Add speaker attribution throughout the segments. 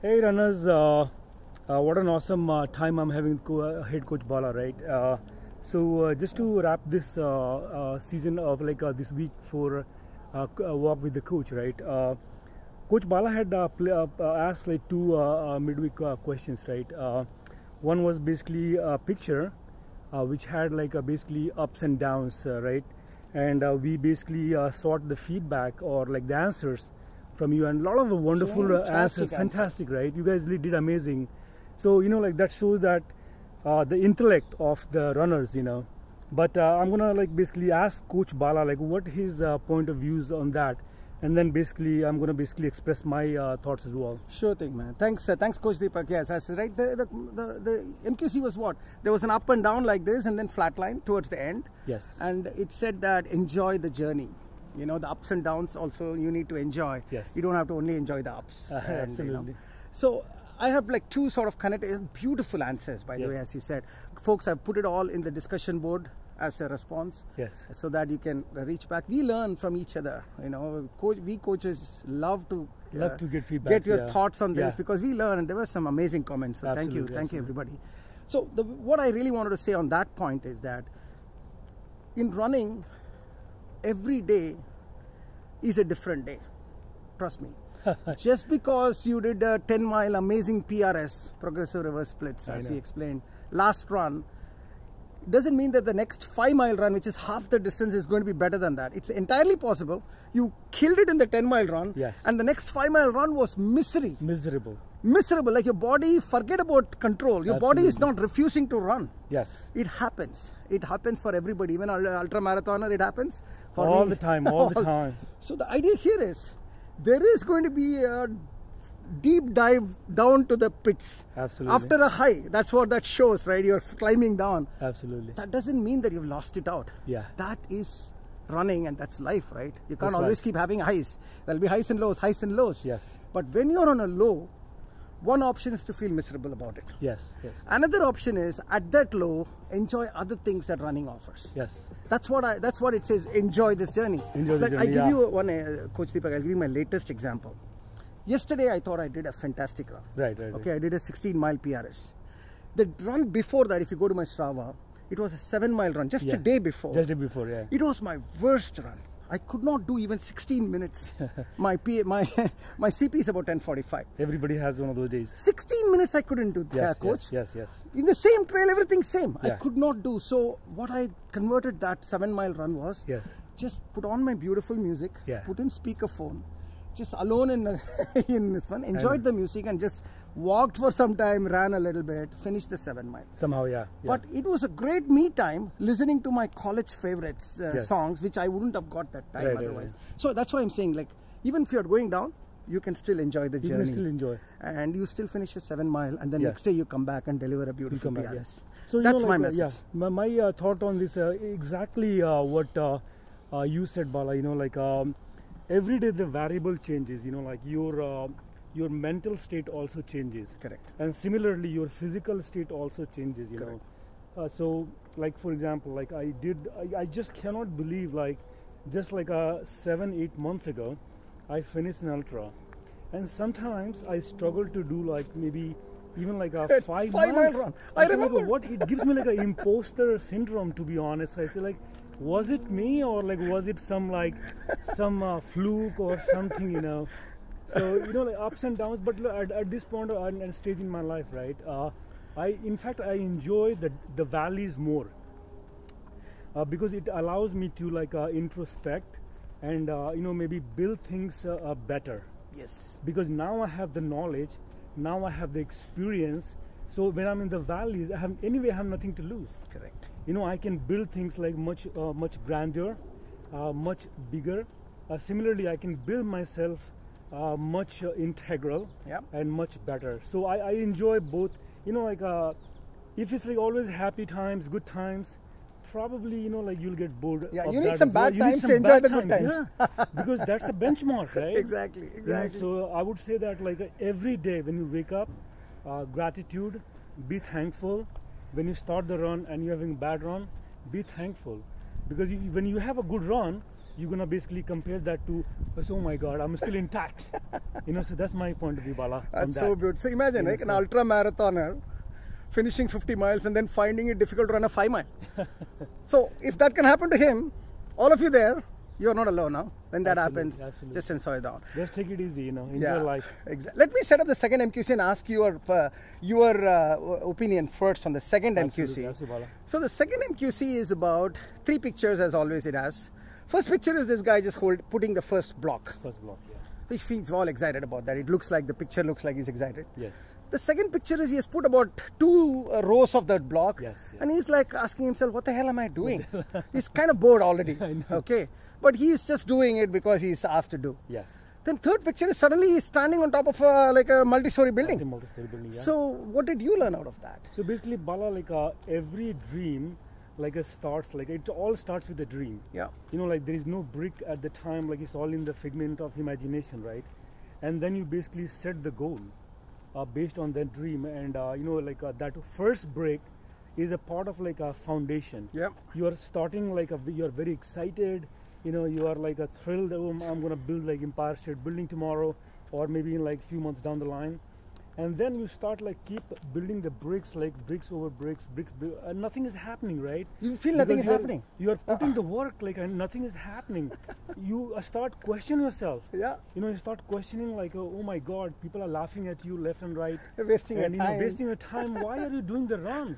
Speaker 1: Hey runners, uh, uh, what an awesome uh, time I'm having with co- uh, head coach Bala, right? Uh, so uh, just to wrap this uh, uh, season of like uh, this week for uh, c- uh, walk with the coach, right? Uh, coach Bala had uh, pl- uh, uh, asked like two uh, uh, midweek uh, questions, right? Uh, one was basically a picture uh, which had like uh, basically ups and downs, uh, right? And uh, we basically uh, sought the feedback or like the answers from you, and a lot of wonderful uh,
Speaker 2: Fantastic
Speaker 1: answers,
Speaker 2: answers.
Speaker 1: fantastic, right? You guys really did amazing. So you know, like that shows that uh, the intellect of the runners, you know. But uh, I'm gonna like basically ask Coach Bala like what his uh, point of views on that, and then basically I'm gonna basically express my uh, thoughts as well.
Speaker 2: Sure thing, man. Thanks, uh, thanks, Coach Deepak. Yes, I said right. The, the the the MQC was what? There was an up and down like this, and then flat line towards the end.
Speaker 1: Yes.
Speaker 2: And it said that enjoy the journey. You know, the ups and downs also you need to enjoy.
Speaker 1: Yes.
Speaker 2: You don't have to only enjoy the ups.
Speaker 1: Uh,
Speaker 2: and,
Speaker 1: absolutely.
Speaker 2: So I have like two sort of connected, beautiful answers, by the
Speaker 1: Yes.
Speaker 2: way, as you said, folks. I've put it all in the discussion board as a response
Speaker 1: Yes.
Speaker 2: so that you can reach back. We learn from each other. You know, coach, we coaches love to
Speaker 1: Love to get feedbacks,
Speaker 2: Get your
Speaker 1: yeah.
Speaker 2: thoughts on this
Speaker 1: Yeah.
Speaker 2: because we learn, and there were some amazing comments. So thank you,
Speaker 1: Absolutely,
Speaker 2: thank you, everybody. So the, what I really wanted to say on that point is that in running, every day is a different day. Trust me. Just because you did a 10 mile amazing PRS, progressive reverse splits,
Speaker 1: I
Speaker 2: as
Speaker 1: know.
Speaker 2: we explained, last run, doesn't mean that the next five mile run, which is half the distance, is going to be better than that. It's entirely possible. You killed it in the 10 mile run,
Speaker 1: Yes.
Speaker 2: and the next five mile run was misery,
Speaker 1: Miserable.
Speaker 2: miserable. Like your body, forget about control. Your body is not refusing to run.
Speaker 1: Yes.
Speaker 2: It happens. It happens for everybody. Even an ultra marathoner, it happens. For
Speaker 1: All
Speaker 2: me.
Speaker 1: the time, all the time.
Speaker 2: So the idea here is there is going to be a deep dive down to the pits.
Speaker 1: Absolutely.
Speaker 2: After a high, that's what that shows, right? You're climbing down.
Speaker 1: Absolutely.
Speaker 2: That doesn't mean that you've lost it out.
Speaker 1: Yeah.
Speaker 2: That is running and that's life, right? You can't
Speaker 1: That's
Speaker 2: always
Speaker 1: life.
Speaker 2: keep having highs. There'll be highs and lows, highs and lows.
Speaker 1: Yes.
Speaker 2: But when you're on a low, one option is to feel miserable about it.
Speaker 1: Yes. Yes.
Speaker 2: Another option is at that low, enjoy other things that running offers.
Speaker 1: Yes.
Speaker 2: That's what I. That's what it says. Enjoy this journey.
Speaker 1: Enjoy the
Speaker 2: Like,
Speaker 1: journey,
Speaker 2: I give
Speaker 1: yeah.
Speaker 2: you one, uh, Coach Deepak. I'll give you my latest example. Yesterday, I thought I did a fantastic run.
Speaker 1: Right, right, right.
Speaker 2: Okay, I did a 16 mile PRS. The run before that, if you go to my Strava, it was a seven mile run just a
Speaker 1: Yeah.
Speaker 2: day before.
Speaker 1: Just day before, yeah.
Speaker 2: It was my worst run. I could not do even 16 minutes. my P, my my CP is about 10:45.
Speaker 1: Everybody has one of those days.
Speaker 2: 16 minutes I couldn't do that,
Speaker 1: Yes.
Speaker 2: Coach
Speaker 1: Yes. Yes. yes.
Speaker 2: in the same trail everything's same i
Speaker 1: Yeah.
Speaker 2: could not do so what i converted that seven mile run was
Speaker 1: Yes.
Speaker 2: just put on my beautiful music
Speaker 1: Yeah.
Speaker 2: put in speakerphone just alone in in this one enjoyed the music and just walked for some time ran a little bit finished the seven mile
Speaker 1: Somehow, yeah. yeah.
Speaker 2: but it was a great me time listening to my college favorites uh,
Speaker 1: Yes.
Speaker 2: songs, which I wouldn't have got that time
Speaker 1: Right, right,
Speaker 2: otherwise. So that's why I'm saying, like, even if you're going down, you can still enjoy the
Speaker 1: You can
Speaker 2: journey.
Speaker 1: still enjoy.
Speaker 2: And you still finish your seven mile, and then
Speaker 1: Yes.
Speaker 2: next day you come back and deliver a
Speaker 1: You
Speaker 2: beautiful
Speaker 1: come back,
Speaker 2: PRS.
Speaker 1: yes. So you know,
Speaker 2: that's
Speaker 1: like,
Speaker 2: my
Speaker 1: uh,
Speaker 2: message.
Speaker 1: yeah, my, my uh, thought on this uh, exactly uh, what uh, uh, you said, Bala. You know, like um, every day the variable changes. You know, like your uh, your mental state also changes,
Speaker 2: Correct.
Speaker 1: and similarly your physical state also changes. You know, uh, so like for example, like I did, I, I just cannot believe like just like uh, seven eight months ago, I finished an ultra, and sometimes I struggle to do like maybe. Even like uh, a five,
Speaker 2: five-mile
Speaker 1: miles.
Speaker 2: run. I
Speaker 1: say, like,
Speaker 2: remember.
Speaker 1: what it gives me like an imposter syndrome to be honest i say like was it me or like was it some like some uh, fluke or something you know so you know like ups and downs but look, at, at this point uh, and and stage in my life right uh, i in fact i enjoy the the valleys more uh, because it allows me to like uh, introspect and uh, you know maybe build things uh, uh, better
Speaker 2: Yes.
Speaker 1: because now I have the knowledge, now I have the experience. So when I'm in the valleys, I have anyway I have nothing to lose.
Speaker 2: Correct.
Speaker 1: You know I can build things like much uh, much grander, uh, much bigger. Uh, similarly, I can build myself uh, much uh, integral
Speaker 2: Yeah.
Speaker 1: and much better. So I, I enjoy both. You know like uh, if it's like always happy times, good times. Probably you know like you'll get bored.
Speaker 2: Yeah,
Speaker 1: of
Speaker 2: you need
Speaker 1: that
Speaker 2: some
Speaker 1: as well.
Speaker 2: bad
Speaker 1: You need
Speaker 2: times
Speaker 1: some
Speaker 2: to enjoy
Speaker 1: bad
Speaker 2: the good times.
Speaker 1: Yeah, because that's a benchmark, right?
Speaker 2: Exactly.
Speaker 1: You know,
Speaker 2: Exactly.
Speaker 1: so I would say that like uh, every day when you wake up, uh, gratitude, be thankful. When you start the run and you're having a bad run, be thankful, because you, when you have a good run, you're gonna basically compare that to, oh my God, I'm still intact. you know, so that's my point of view, Bala. on
Speaker 2: That's
Speaker 1: that.
Speaker 2: so beautiful. So imagine,
Speaker 1: Yeah,
Speaker 2: like an
Speaker 1: so-
Speaker 2: ultra marathoner finishing 50 miles and then finding it difficult to run a 5 mile. so if that can happen to him, all of you there, you're not alone now. When that
Speaker 1: Absolutely,
Speaker 2: happens,
Speaker 1: absolutely.
Speaker 2: just enjoy that.
Speaker 1: Just take it easy, you know, in
Speaker 2: yeah,
Speaker 1: your life.
Speaker 2: Exactly. Let me set up the second MQC and ask your uh, your uh, opinion first on the second
Speaker 1: Absolutely,
Speaker 2: MQC.
Speaker 1: absolutely, Bala.
Speaker 2: So the second MQC is about three pictures, as always it has. First picture is this guy just hold putting the first block,
Speaker 1: First block, yeah.
Speaker 2: which feels all excited about that. It looks like the picture looks like he's excited.
Speaker 1: Yes.
Speaker 2: The second picture is he has put about two uh, rows of that block,
Speaker 1: Yes, yeah.
Speaker 2: and he's like asking himself, "What the hell am I doing?" he's kind of bored already. Okay, but he's just doing it because he's asked to do.
Speaker 1: Yes.
Speaker 2: Then third picture is suddenly he's standing on top of a, like a multi-story building.
Speaker 1: Multi- multi-story building, yeah.
Speaker 2: So what did you learn out of that?
Speaker 1: So basically, Bala, like uh, every dream, like it starts, like it all starts with a dream.
Speaker 2: Yeah.
Speaker 1: You know, like there is no brick at the time, like it's all in the figment of imagination, right? And then you basically set the goal uh, based on that dream, and uh, you know, like uh, that first brick is a part of like a foundation.
Speaker 2: Yeah.
Speaker 1: You are starting like a, you are very excited. You know, you are like a thrilled. Oh, I'm gonna build like Empire State Building tomorrow, or maybe in like few months down the line and then you start like keep building the bricks like bricks over bricks bricks bu- uh, nothing is happening right
Speaker 2: You feel nothing
Speaker 1: Because
Speaker 2: is
Speaker 1: you're-
Speaker 2: happening. Uh,
Speaker 1: you are putting the work like and nothing is happening you uh, start questioning yourself
Speaker 2: Yeah.
Speaker 1: you know you start questioning like oh, oh my god people are laughing at you left and right
Speaker 2: Wasting your
Speaker 1: and you know
Speaker 2: time.
Speaker 1: wasting your time why are you doing the runs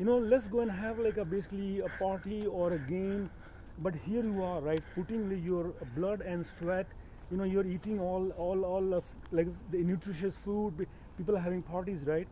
Speaker 1: you know let's go and have like a basically a party or a game but here you are right putting the- your blood and sweat you know you're eating all all all of like the nutritious food be- people are having parties right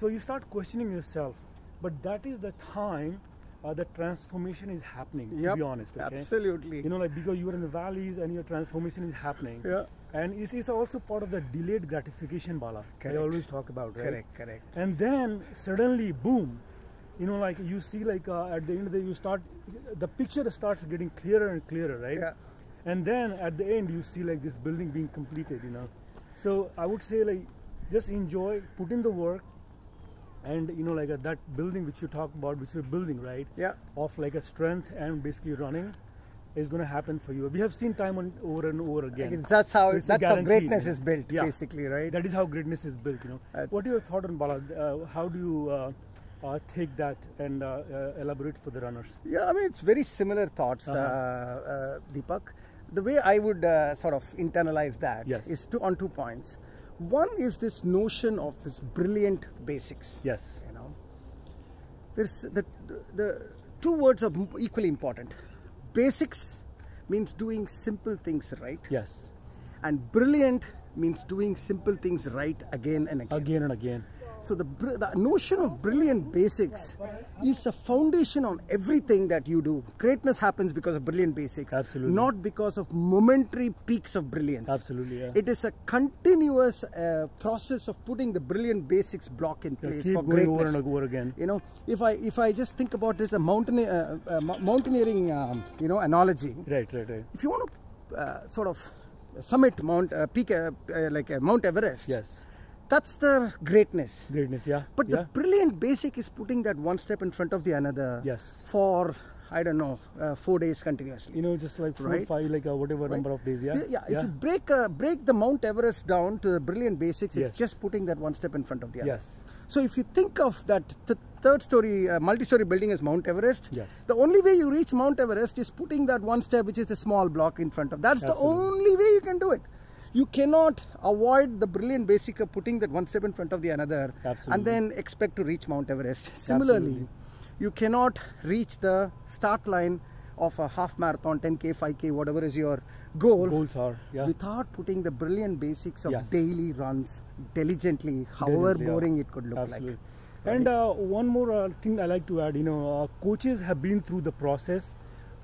Speaker 1: so you start questioning yourself but that is the time uh, the transformation is happening to
Speaker 2: Yep,
Speaker 1: be honest okay
Speaker 2: Absolutely.
Speaker 1: you know like because you are in the valleys and your transformation is happening
Speaker 2: Yeah.
Speaker 1: and it's, it's also part of the delayed gratification bala i
Speaker 2: Correct.
Speaker 1: always talk about right
Speaker 2: correct. Correct.
Speaker 1: and then suddenly boom you know like you see like uh, at the end of the you start the picture starts getting clearer and clearer right
Speaker 2: Yeah.
Speaker 1: and then at the end you see like this building being completed you know so i would say like just enjoy put in the work and you know like uh, that building which you talk about which you're building right
Speaker 2: Yeah.
Speaker 1: of like a strength and basically running is going to happen for you we have seen time and over and over again
Speaker 2: Like, that's how
Speaker 1: So it's a
Speaker 2: that's how
Speaker 1: guarantee,
Speaker 2: greatness
Speaker 1: you know.
Speaker 2: is built,
Speaker 1: Yeah.
Speaker 2: basically, right?
Speaker 1: That is how greatness is built, you know.
Speaker 2: That's-
Speaker 1: what are your thoughts on Bala? Uh, how do you uh, uh, take that and uh, uh, elaborate for the runners?
Speaker 2: Yeah, I mean, it's very similar thoughts, uh
Speaker 1: Uh-huh.
Speaker 2: uh, Deepak. The way I would uh, sort of internalize that is
Speaker 1: Yes.
Speaker 2: two, on two points. One is this notion of this brilliant basics.
Speaker 1: Yes.
Speaker 2: You know, there's the, the two words are equally important. Basics means doing simple things right,
Speaker 1: Yes.
Speaker 2: and brilliant means doing simple things right again and again.
Speaker 1: Again and again.
Speaker 2: So the, br- the notion of brilliant basics is a foundation on everything that you do. Greatness happens because of brilliant basics,
Speaker 1: Absolutely.
Speaker 2: not because of momentary peaks of brilliance.
Speaker 1: Absolutely. Yeah.
Speaker 2: It is a continuous uh, process of putting the brilliant basics block in
Speaker 1: Yeah,
Speaker 2: place
Speaker 1: keep
Speaker 2: for
Speaker 1: going over
Speaker 2: greatness.
Speaker 1: and over again.
Speaker 2: You know, if I if I just think about this, a mountain uh, uh, mou- mountaineering um, you know analogy
Speaker 1: Right. Right. Right.
Speaker 2: if you want to uh, sort of summit mount uh, peak uh, uh, like uh, mount everest
Speaker 1: Yes.
Speaker 2: that's the greatness
Speaker 1: Greatness. Yeah.
Speaker 2: but
Speaker 1: yeah.
Speaker 2: the brilliant basic is putting that one step in front of the another
Speaker 1: Yes.
Speaker 2: for i don't know uh, 4 days continuously
Speaker 1: you know, just like four,
Speaker 2: Right.
Speaker 1: five, like uh, whatever number of days. Yeah.
Speaker 2: yeah, if you break uh, break the mount everest down to the brilliant basics
Speaker 1: Yes.
Speaker 2: it's just putting that one step in front of the other
Speaker 1: Yes.
Speaker 2: so if you think of that th- third story uh, multi-story building as mount everest
Speaker 1: Yes.
Speaker 2: the only way you reach mount everest is putting that one step which is the small block in front of that's the
Speaker 1: Absolutely.
Speaker 2: only way you can do it you cannot avoid the brilliant basic of putting that one step in front of the another
Speaker 1: Absolutely.
Speaker 2: and then expect to reach mount everest similarly you cannot reach the start line of a half marathon 10k 5k whatever is your goal
Speaker 1: Goals are. Yeah.
Speaker 2: without putting the brilliant basics of
Speaker 1: Yes.
Speaker 2: daily runs diligently, however
Speaker 1: Diligently, yeah.
Speaker 2: boring it could look
Speaker 1: Absolutely.
Speaker 2: like.
Speaker 1: And uh, one more uh, thing I like to add, you know, uh, coaches have been through the process,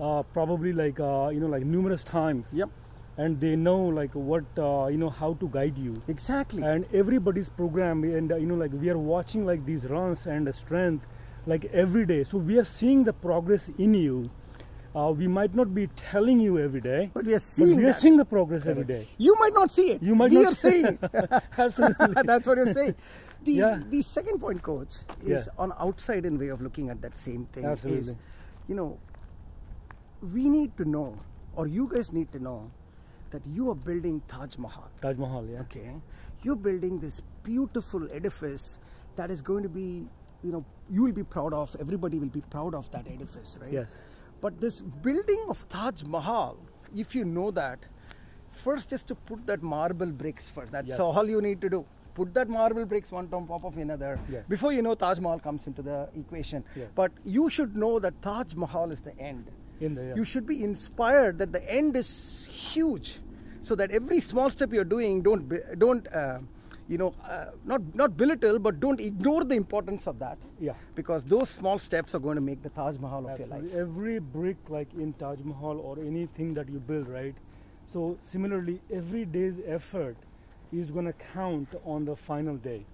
Speaker 1: uh, probably like uh, you know, like numerous times.
Speaker 2: Yep.
Speaker 1: And they know like what uh, you know how to guide you.
Speaker 2: Exactly.
Speaker 1: And everybody's program, and uh, you know, like we are watching like these runs and the strength, like every day. So we are seeing the progress in you. Uh, we might not be telling you every day,
Speaker 2: but we are
Speaker 1: but
Speaker 2: seeing
Speaker 1: we are
Speaker 2: that.
Speaker 1: seeing the progress every day.
Speaker 2: You might not see it.
Speaker 1: You might
Speaker 2: we
Speaker 1: not
Speaker 2: are
Speaker 1: see-
Speaker 2: seeing it.
Speaker 1: Absolutely.
Speaker 2: That's what you're saying. The,
Speaker 1: Yeah.
Speaker 2: the second point, coach, is
Speaker 1: Yeah.
Speaker 2: on outside in way of looking at that same thing. Is,
Speaker 1: Absolutely.
Speaker 2: you know, we need to know or you guys need to know that you are building Taj Mahal.
Speaker 1: Taj Mahal, yeah.
Speaker 2: Okay. You're building this beautiful edifice that is going to be, you know, you will be proud of, everybody will be proud of that edifice, right?
Speaker 1: Yes.
Speaker 2: But this building of Taj Mahal, if you know that, first just to put that marble bricks first. That's
Speaker 1: Yes.
Speaker 2: all you need to do. Put that marble bricks one on top of another.
Speaker 1: Yes.
Speaker 2: Before you know, Taj Mahal comes into the equation.
Speaker 1: Yes.
Speaker 2: But you should know that Taj Mahal is the end
Speaker 1: In the yeah.
Speaker 2: you should be inspired that the end is huge so that every small step you're doing don't be- don't uh, you know uh, not not belittle but don't ignore the importance of that
Speaker 1: Yeah.
Speaker 2: because those small steps are going to make the taj mahal of your
Speaker 1: Absolutely.
Speaker 2: life
Speaker 1: Every brick, like in Taj Mahal or anything that you build, right? So similarly, every day's effort is going to count on the final day.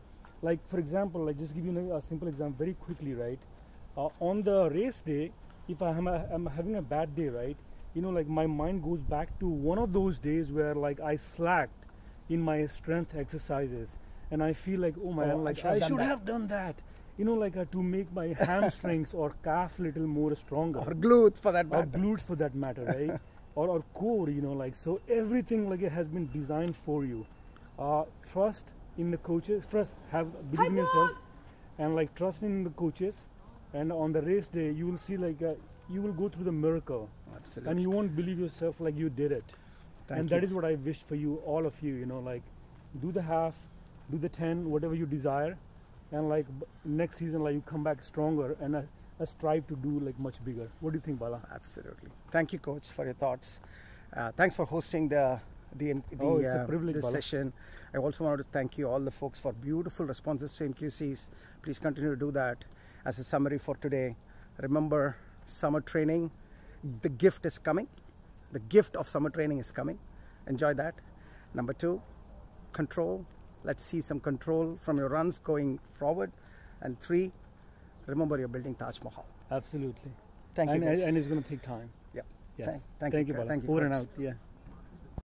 Speaker 1: Like for example, like just give you a simple example very quickly, right? Uh, on the race day, if I am a, I'm having a bad day, right? You know, like my mind goes back to one of those days where like I slacked in my strength exercises, and I feel like, oh man,
Speaker 2: I
Speaker 1: like
Speaker 2: should have
Speaker 1: I
Speaker 2: done
Speaker 1: should
Speaker 2: that.
Speaker 1: have done that. You know, like uh, to make my hamstrings or calf little more stronger
Speaker 2: or glutes for that
Speaker 1: or
Speaker 2: matter
Speaker 1: glutes for that matter, right? or, or core, you know, like so everything like it has been designed for you. Uh, trust in the coaches. First, have believe in yourself, and like trust in the coaches. And on the race day, you will see like uh, you will go through the miracle,
Speaker 2: absolutely
Speaker 1: and you won't believe yourself like you did it.
Speaker 2: Thank
Speaker 1: and
Speaker 2: you.
Speaker 1: that is what I wish for you, all of you. You know, like do the half, do the ten, whatever you desire, and like b- next season, like you come back stronger and. Uh, uh, strive to do like much bigger. What do you think, Bala?
Speaker 2: absolutely thank you coach for your thoughts uh, thanks for hosting the the, the
Speaker 1: Oh, it's a
Speaker 2: uh,
Speaker 1: privilege,
Speaker 2: this
Speaker 1: Bala.
Speaker 2: session i also wanted to thank you all the folks for beautiful responses to mqcs please continue to do that as a summary for today remember summer training the gift is coming the gift of summer training is coming enjoy that number two control let's see some control from your runs going forward and three remember you're building taj mahal
Speaker 1: Absolutely.
Speaker 2: thank
Speaker 1: and,
Speaker 2: you guys.
Speaker 1: and it's going to take time.
Speaker 2: yeah
Speaker 1: Yes.
Speaker 2: Thank- thank you,
Speaker 1: you,
Speaker 2: Kurt.
Speaker 1: Bala.
Speaker 2: Thank you,
Speaker 1: Over and
Speaker 2: Kurtz.
Speaker 1: out. Yeah.